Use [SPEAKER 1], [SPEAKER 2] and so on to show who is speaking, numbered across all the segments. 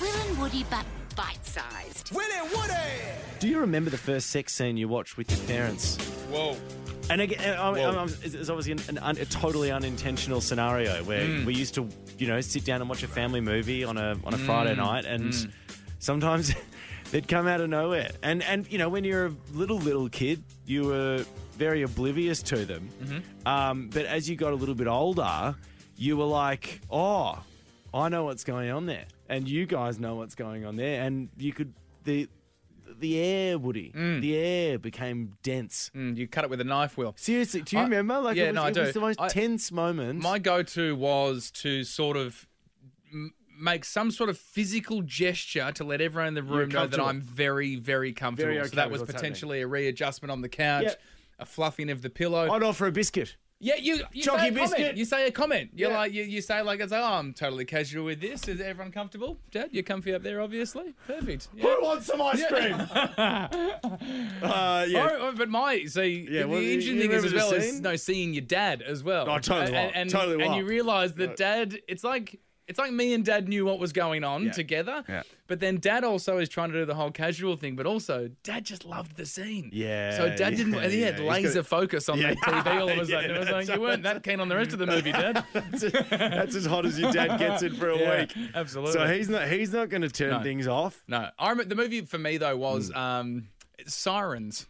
[SPEAKER 1] Will and Woody, but bite sized.
[SPEAKER 2] Willie Woody!
[SPEAKER 3] Do you remember the first sex scene you watched with your parents?
[SPEAKER 2] Whoa.
[SPEAKER 3] And again, I- I-
[SPEAKER 2] Whoa.
[SPEAKER 3] I- it's obviously an, an un, a totally unintentional scenario where we used to, you know, sit down and watch a family movie on a on a Friday night, and sometimes they'd come out of nowhere. And and you know, when you're a little little kid, you were very oblivious to them. Um, but as you got a little bit older, you were like, oh, I know what's going on there, and you guys know what's going on there, and you could the. The air, Woody. The air became dense.
[SPEAKER 2] Mm, you cut it with a knife, Will.
[SPEAKER 3] Seriously, do you
[SPEAKER 2] I-
[SPEAKER 3] remember? Like,
[SPEAKER 2] yeah,
[SPEAKER 3] it was,
[SPEAKER 2] no, I
[SPEAKER 3] it
[SPEAKER 2] do.
[SPEAKER 3] was the most
[SPEAKER 2] I-
[SPEAKER 3] tense moment.
[SPEAKER 2] My go to was to sort of m- make some sort of physical gesture to let everyone in the room know that
[SPEAKER 3] comfortable.
[SPEAKER 2] I'm very, very comfortable.
[SPEAKER 3] Very
[SPEAKER 2] so
[SPEAKER 3] okay
[SPEAKER 2] that
[SPEAKER 3] with
[SPEAKER 2] was
[SPEAKER 3] what's
[SPEAKER 2] potentially a readjustment on the couch,
[SPEAKER 3] Yep.
[SPEAKER 2] a fluffing of the pillow.
[SPEAKER 3] I'd offer a biscuit.
[SPEAKER 2] yeah, you, you
[SPEAKER 3] Chalky
[SPEAKER 2] say a comment.
[SPEAKER 3] biscuit.
[SPEAKER 2] You say a comment. You're
[SPEAKER 3] Yeah.
[SPEAKER 2] like, you, you say like, it's, oh, I'm totally casual with this. Is everyone comfortable? Dad, you're comfy up there, obviously. Perfect. Yeah.
[SPEAKER 3] Who wants some ice cream? uh, yeah.
[SPEAKER 2] Oh, oh, but my see,
[SPEAKER 3] Yeah,
[SPEAKER 2] the
[SPEAKER 3] well, you-
[SPEAKER 2] interesting
[SPEAKER 3] you
[SPEAKER 2] thing is
[SPEAKER 3] remember
[SPEAKER 2] as
[SPEAKER 3] the
[SPEAKER 2] well is
[SPEAKER 3] scene?
[SPEAKER 2] no seeing your dad as well.
[SPEAKER 3] Oh, totally
[SPEAKER 2] and,
[SPEAKER 3] wild,
[SPEAKER 2] and,
[SPEAKER 3] totally
[SPEAKER 2] and
[SPEAKER 3] wild.
[SPEAKER 2] you realise that dad, it's like it's like me and dad knew what was going on
[SPEAKER 3] Yeah.
[SPEAKER 2] together.
[SPEAKER 3] Yeah.
[SPEAKER 2] But then dad also is trying to do the whole casual thing, but also dad just loved the scene.
[SPEAKER 3] Yeah,
[SPEAKER 2] So dad didn't.
[SPEAKER 3] yeah,
[SPEAKER 2] and he had
[SPEAKER 3] yeah. He's
[SPEAKER 2] laser
[SPEAKER 3] got-
[SPEAKER 2] focus on
[SPEAKER 3] Yeah.
[SPEAKER 2] the TV all of a
[SPEAKER 3] Yeah,
[SPEAKER 2] sudden. it was
[SPEAKER 3] that's
[SPEAKER 2] like you weren't that keen on the rest of the movie, dad.
[SPEAKER 3] That's as hot as your dad gets it for a
[SPEAKER 2] Yeah,
[SPEAKER 3] week.
[SPEAKER 2] absolutely.
[SPEAKER 3] So he's not he's not going to turn
[SPEAKER 2] No.
[SPEAKER 3] things off.
[SPEAKER 2] no, I remember the movie for me though was
[SPEAKER 3] Hmm.
[SPEAKER 2] um, Sirens.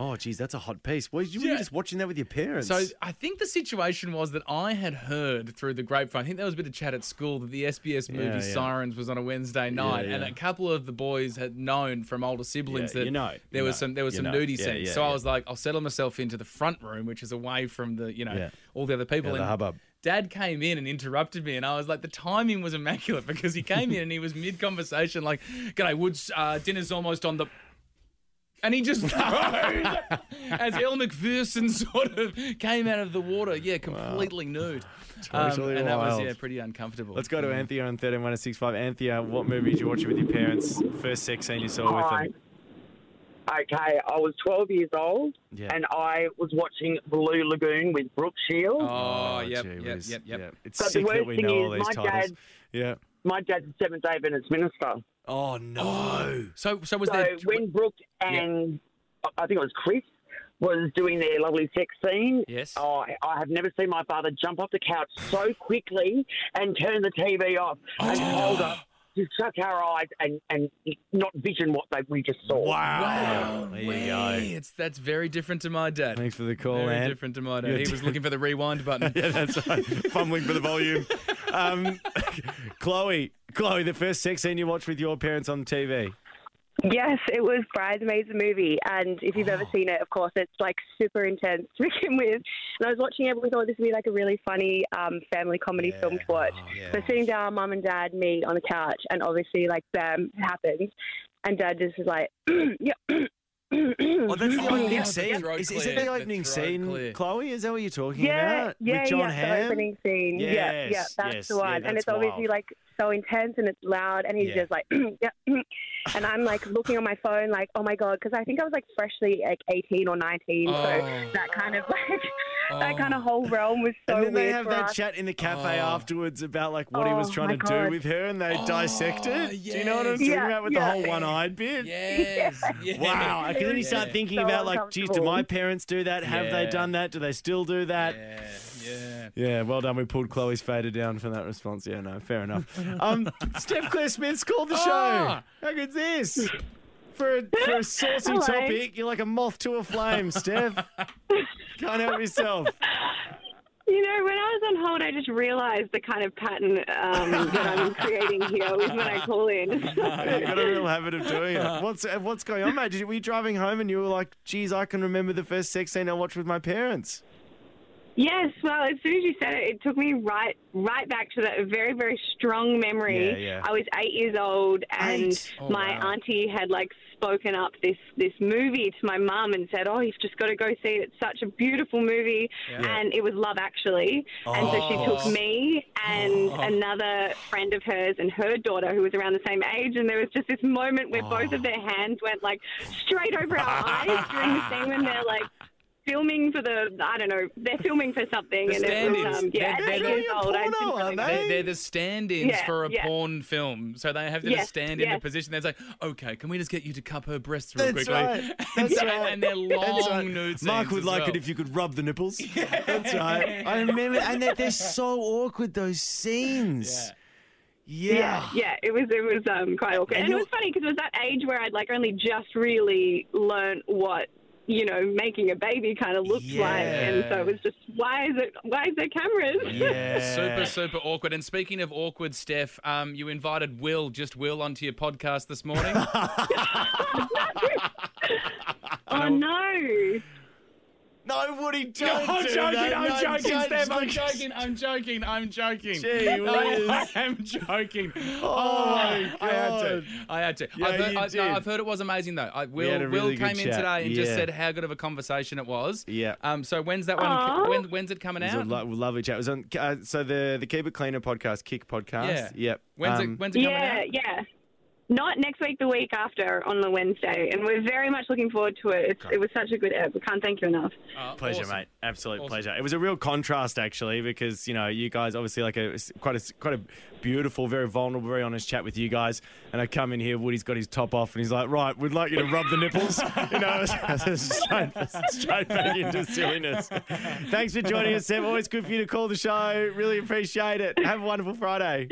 [SPEAKER 3] Oh, geez, that's a hot piece. Were you, were you
[SPEAKER 2] Yeah.
[SPEAKER 3] just watching that with your parents?
[SPEAKER 2] So I think the situation was that I had heard through the grapevine. I think there was a bit of chat at school that the SBS movie
[SPEAKER 3] Yeah, yeah.
[SPEAKER 2] Sirens was on a Wednesday night, and
[SPEAKER 3] yeah.
[SPEAKER 2] a couple of the boys had known from older siblings
[SPEAKER 3] Yeah,
[SPEAKER 2] that
[SPEAKER 3] you know,
[SPEAKER 2] there
[SPEAKER 3] you
[SPEAKER 2] was
[SPEAKER 3] know,
[SPEAKER 2] some there was
[SPEAKER 3] you
[SPEAKER 2] some
[SPEAKER 3] know.
[SPEAKER 2] nudie
[SPEAKER 3] Yeah,
[SPEAKER 2] scenes.
[SPEAKER 3] yeah,
[SPEAKER 2] so I
[SPEAKER 3] yeah.
[SPEAKER 2] was like, I'll settle myself into the front room, which is away from the you know
[SPEAKER 3] Yeah.
[SPEAKER 2] all the other people.
[SPEAKER 3] Yeah, the
[SPEAKER 2] and
[SPEAKER 3] hubbub.
[SPEAKER 2] Dad came in and interrupted me, and I was like, the timing was immaculate because he came in and he was mid conversation, like, "G'day, Woods, uh, dinner's almost on the." And he just froze as El McPherson sort of came out of the water, yeah, completely nude. Um,
[SPEAKER 3] Totally
[SPEAKER 2] and that was
[SPEAKER 3] wild.
[SPEAKER 2] yeah, pretty uncomfortable. Mm.
[SPEAKER 3] Let's go to Anthea on 131065. Anthea, what movie did you watch with your parents? First sex scene you saw
[SPEAKER 4] Hi.
[SPEAKER 3] with them?
[SPEAKER 4] Okay, I was 12 years old
[SPEAKER 3] Yeah.
[SPEAKER 4] and I was watching Blue Lagoon with Brooke Shields.
[SPEAKER 2] Oh,
[SPEAKER 3] gee
[SPEAKER 2] yep, yep,
[SPEAKER 3] whiz.
[SPEAKER 2] yep, yep,
[SPEAKER 3] Yeah. It's
[SPEAKER 4] But the
[SPEAKER 3] sick that
[SPEAKER 4] worst
[SPEAKER 3] we
[SPEAKER 4] thing
[SPEAKER 3] know all
[SPEAKER 4] is
[SPEAKER 3] these
[SPEAKER 4] my
[SPEAKER 3] titles.
[SPEAKER 4] dad-
[SPEAKER 3] yeah.
[SPEAKER 4] My dad's a Seventh day Adventist minister.
[SPEAKER 3] Oh, no.
[SPEAKER 2] So, so was
[SPEAKER 4] So
[SPEAKER 2] there?
[SPEAKER 4] when Brooke and I think it was Chris was doing their lovely sex scene,
[SPEAKER 2] Yes.
[SPEAKER 4] oh, I have never seen my father jump off the couch so quickly and turn the TV off and hold up. To shut our eyes and, and not vision what they, we just saw.
[SPEAKER 3] Wow. There you
[SPEAKER 2] Way,
[SPEAKER 3] go.
[SPEAKER 2] It's that's very different to my dad.
[SPEAKER 3] Thanks for the call,
[SPEAKER 2] very
[SPEAKER 3] Ant.
[SPEAKER 2] different to my dad.
[SPEAKER 3] You're
[SPEAKER 2] He was looking for the rewind button.
[SPEAKER 3] Yeah, that's right. Fumbling for the volume. Um, Chloe, Chloe, the first sex scene you watched with your parents on TV.
[SPEAKER 5] Yes, it was Bridesmaids the movie, and if you've ever
[SPEAKER 3] Oh.
[SPEAKER 5] seen it, of course, it's like super intense to begin with. And I was watching it, but we thought this would be like a really funny um, family comedy
[SPEAKER 3] Yeah.
[SPEAKER 5] film to watch. So sitting down, mum and dad, me on the couch, and obviously, like, bam, it happens, and dad just is like, yeah.
[SPEAKER 3] Oh, that's the opening scene.
[SPEAKER 2] throat
[SPEAKER 3] Is, is it
[SPEAKER 2] clear.
[SPEAKER 3] the
[SPEAKER 2] The
[SPEAKER 3] opening
[SPEAKER 2] throat
[SPEAKER 3] scene,
[SPEAKER 2] clear.
[SPEAKER 3] Chloe? Is that what you're talking
[SPEAKER 5] Yeah,
[SPEAKER 3] about?
[SPEAKER 5] yeah,
[SPEAKER 3] with John
[SPEAKER 5] yeah,
[SPEAKER 3] Hamm?
[SPEAKER 5] the opening scene. yeah, yeah,
[SPEAKER 3] Yes,
[SPEAKER 5] that's
[SPEAKER 3] yes,
[SPEAKER 5] the
[SPEAKER 3] yeah,
[SPEAKER 5] one. and
[SPEAKER 3] that's
[SPEAKER 5] it's obviously
[SPEAKER 3] wild.
[SPEAKER 5] like so intense and it's loud, and he's
[SPEAKER 3] Yeah.
[SPEAKER 5] just like, yeah, and I'm like looking on my phone, like, oh my god, because I think I was like freshly like 18 or 19, so
[SPEAKER 2] Oh.
[SPEAKER 5] that kind of like that
[SPEAKER 2] Oh.
[SPEAKER 5] kind of whole realm was so
[SPEAKER 3] and then
[SPEAKER 5] weird
[SPEAKER 3] they have
[SPEAKER 5] for
[SPEAKER 3] that
[SPEAKER 5] us.
[SPEAKER 3] chat in the cafe
[SPEAKER 2] Oh.
[SPEAKER 3] afterwards about like what he was
[SPEAKER 5] Oh,
[SPEAKER 3] trying
[SPEAKER 5] my
[SPEAKER 3] to do
[SPEAKER 5] God.
[SPEAKER 3] with her, and they dissect it. Do you know what I'm
[SPEAKER 2] yes.
[SPEAKER 3] talking
[SPEAKER 5] Yeah,
[SPEAKER 3] about with
[SPEAKER 5] yeah.
[SPEAKER 3] the whole one-eyed bit?
[SPEAKER 2] Yes. yeah.
[SPEAKER 3] Wow. Because then you
[SPEAKER 2] Yeah.
[SPEAKER 3] start thinking
[SPEAKER 5] So
[SPEAKER 3] about like, geez, do
[SPEAKER 5] uncomfortable.
[SPEAKER 3] my parents do that? Have they
[SPEAKER 2] Yeah.
[SPEAKER 3] done that? Do they still do that?
[SPEAKER 2] Yeah. Yeah.
[SPEAKER 3] Yeah, well done. We pulled Chloe's fader down for that response. Yeah, no, fair enough. Um, Steph Claire Smith's called the show.
[SPEAKER 2] Ah!
[SPEAKER 3] How good's this? For a, for a saucy
[SPEAKER 5] Hello.
[SPEAKER 3] topic, you're like a moth to a flame, Steph. Can't help yourself.
[SPEAKER 6] You know, when I was on hold, I just realized the kind of pattern um, that I'm creating here with when I call in.
[SPEAKER 3] You've got a real habit of doing it. What's uh, what's going on, mate? Did you, were you driving home and you were like, geez, I can remember the first sex scene I watched with my parents?
[SPEAKER 6] yes, well, as soon as you said it, it took me right, right back to that very, very strong memory.
[SPEAKER 3] Yeah, yeah.
[SPEAKER 6] I was eight years old, and
[SPEAKER 3] Eight?
[SPEAKER 2] Oh,
[SPEAKER 6] my
[SPEAKER 2] wow.
[SPEAKER 6] auntie had like spoken up this this movie to my mum and said, "Oh, you've just got to go see it. It's such a beautiful movie."
[SPEAKER 2] Yeah.
[SPEAKER 6] And it was Love Actually, and so
[SPEAKER 2] of
[SPEAKER 6] she
[SPEAKER 2] course.
[SPEAKER 6] took me and
[SPEAKER 2] Oh.
[SPEAKER 6] another friend of hers and her daughter, who was around the same age, and there was just this
[SPEAKER 2] Oh.
[SPEAKER 6] moment where both of their hands went like straight over our eyes during the scene when they're like. filming for the I don't know. They're filming for something,
[SPEAKER 2] The
[SPEAKER 6] and it
[SPEAKER 2] stand-ins.
[SPEAKER 6] was um, yeah,
[SPEAKER 2] They're-
[SPEAKER 6] at eight
[SPEAKER 2] they're-
[SPEAKER 6] years old. I
[SPEAKER 3] Porno,
[SPEAKER 6] didn't
[SPEAKER 3] aren't
[SPEAKER 6] really-
[SPEAKER 3] they?
[SPEAKER 2] They, they're the stand-ins
[SPEAKER 6] Yeah,
[SPEAKER 2] for a
[SPEAKER 6] yeah.
[SPEAKER 2] porn film, so they have to
[SPEAKER 6] Yes,
[SPEAKER 2] just stand in
[SPEAKER 6] yes.
[SPEAKER 2] a position. They're like, "Okay, can we just get you to cup her breasts real
[SPEAKER 3] That's
[SPEAKER 2] quickly?"
[SPEAKER 3] right.
[SPEAKER 2] And,
[SPEAKER 3] That's
[SPEAKER 2] so-
[SPEAKER 3] right.
[SPEAKER 2] and they're long
[SPEAKER 3] That's right.
[SPEAKER 2] nude scenes.
[SPEAKER 3] Mark would
[SPEAKER 2] as
[SPEAKER 3] like
[SPEAKER 2] well.
[SPEAKER 3] it if you could rub the nipples. That's right. I remember, and they're, they're so awkward those scenes. Yeah.
[SPEAKER 6] Yeah, yeah, it was it was um, quite awkward,
[SPEAKER 3] And
[SPEAKER 6] and, it
[SPEAKER 3] you're-
[SPEAKER 6] was funny because it was that age where I'd like only just really learnt what you know making a baby kind of looked like, and so
[SPEAKER 3] Yeah.
[SPEAKER 6] it was just why is it why is there cameras?
[SPEAKER 3] Yeah.
[SPEAKER 2] Super, super awkward. And speaking of awkward, Steph, um, you invited Will, just Will, onto your podcast this morning.
[SPEAKER 6] oh no!
[SPEAKER 3] No, Woody, don't
[SPEAKER 2] I'm
[SPEAKER 3] do
[SPEAKER 2] joking,
[SPEAKER 3] that.
[SPEAKER 2] I'm
[SPEAKER 3] No,
[SPEAKER 2] joking,
[SPEAKER 3] don't
[SPEAKER 2] Steph, I'm
[SPEAKER 3] do-
[SPEAKER 2] joking, I'm joking, I'm joking.
[SPEAKER 3] Gee
[SPEAKER 2] No, I
[SPEAKER 3] whiz.
[SPEAKER 2] am joking. Oh,
[SPEAKER 3] my
[SPEAKER 2] I had to.
[SPEAKER 3] God.
[SPEAKER 2] I had to.
[SPEAKER 3] Yeah,
[SPEAKER 2] I've, heard,
[SPEAKER 3] you
[SPEAKER 2] I,
[SPEAKER 3] did.
[SPEAKER 2] No, I've heard it was amazing though. I, Will
[SPEAKER 3] had a
[SPEAKER 2] Will
[SPEAKER 3] really good
[SPEAKER 2] came in
[SPEAKER 3] chat,
[SPEAKER 2] today and just
[SPEAKER 3] yeah.
[SPEAKER 2] said how good of a conversation it was.
[SPEAKER 3] Yeah.
[SPEAKER 2] Um. So when's that one?
[SPEAKER 6] Aw.
[SPEAKER 2] When, when's it coming
[SPEAKER 3] It was
[SPEAKER 2] out?
[SPEAKER 3] a lo- lovely chat. It was on uh, so the the Keep It Cleaner podcast, Kick podcast.
[SPEAKER 2] Yeah.
[SPEAKER 3] Yep.
[SPEAKER 2] When's
[SPEAKER 3] Um,
[SPEAKER 2] it? When's it coming
[SPEAKER 6] Yeah,
[SPEAKER 2] out?
[SPEAKER 6] yeah. Not next week, the week after on the Wednesday, and we're very much looking forward to it. It's, it was such a good ep. We can't thank you enough.
[SPEAKER 2] Oh,
[SPEAKER 3] Pleasure,
[SPEAKER 2] awesome.
[SPEAKER 3] mate. Absolute
[SPEAKER 2] Awesome.
[SPEAKER 3] pleasure. It was a real contrast, actually, because you know you guys obviously like a quite a quite a beautiful, very vulnerable, very honest chat with you guys. And I come in here, Woody's got his top off, and he's like, "Right, we'd like you to rub the nipples." you know, straight, straight back into silliness. Thanks for joining us, Sam. Always good for you to call the show. Really appreciate it. Have a wonderful Friday.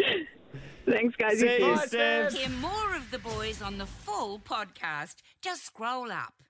[SPEAKER 6] Thanks, guys.
[SPEAKER 3] See you,
[SPEAKER 6] too.
[SPEAKER 3] Steph.
[SPEAKER 1] Hear more of the boys on the full podcast. Just scroll up.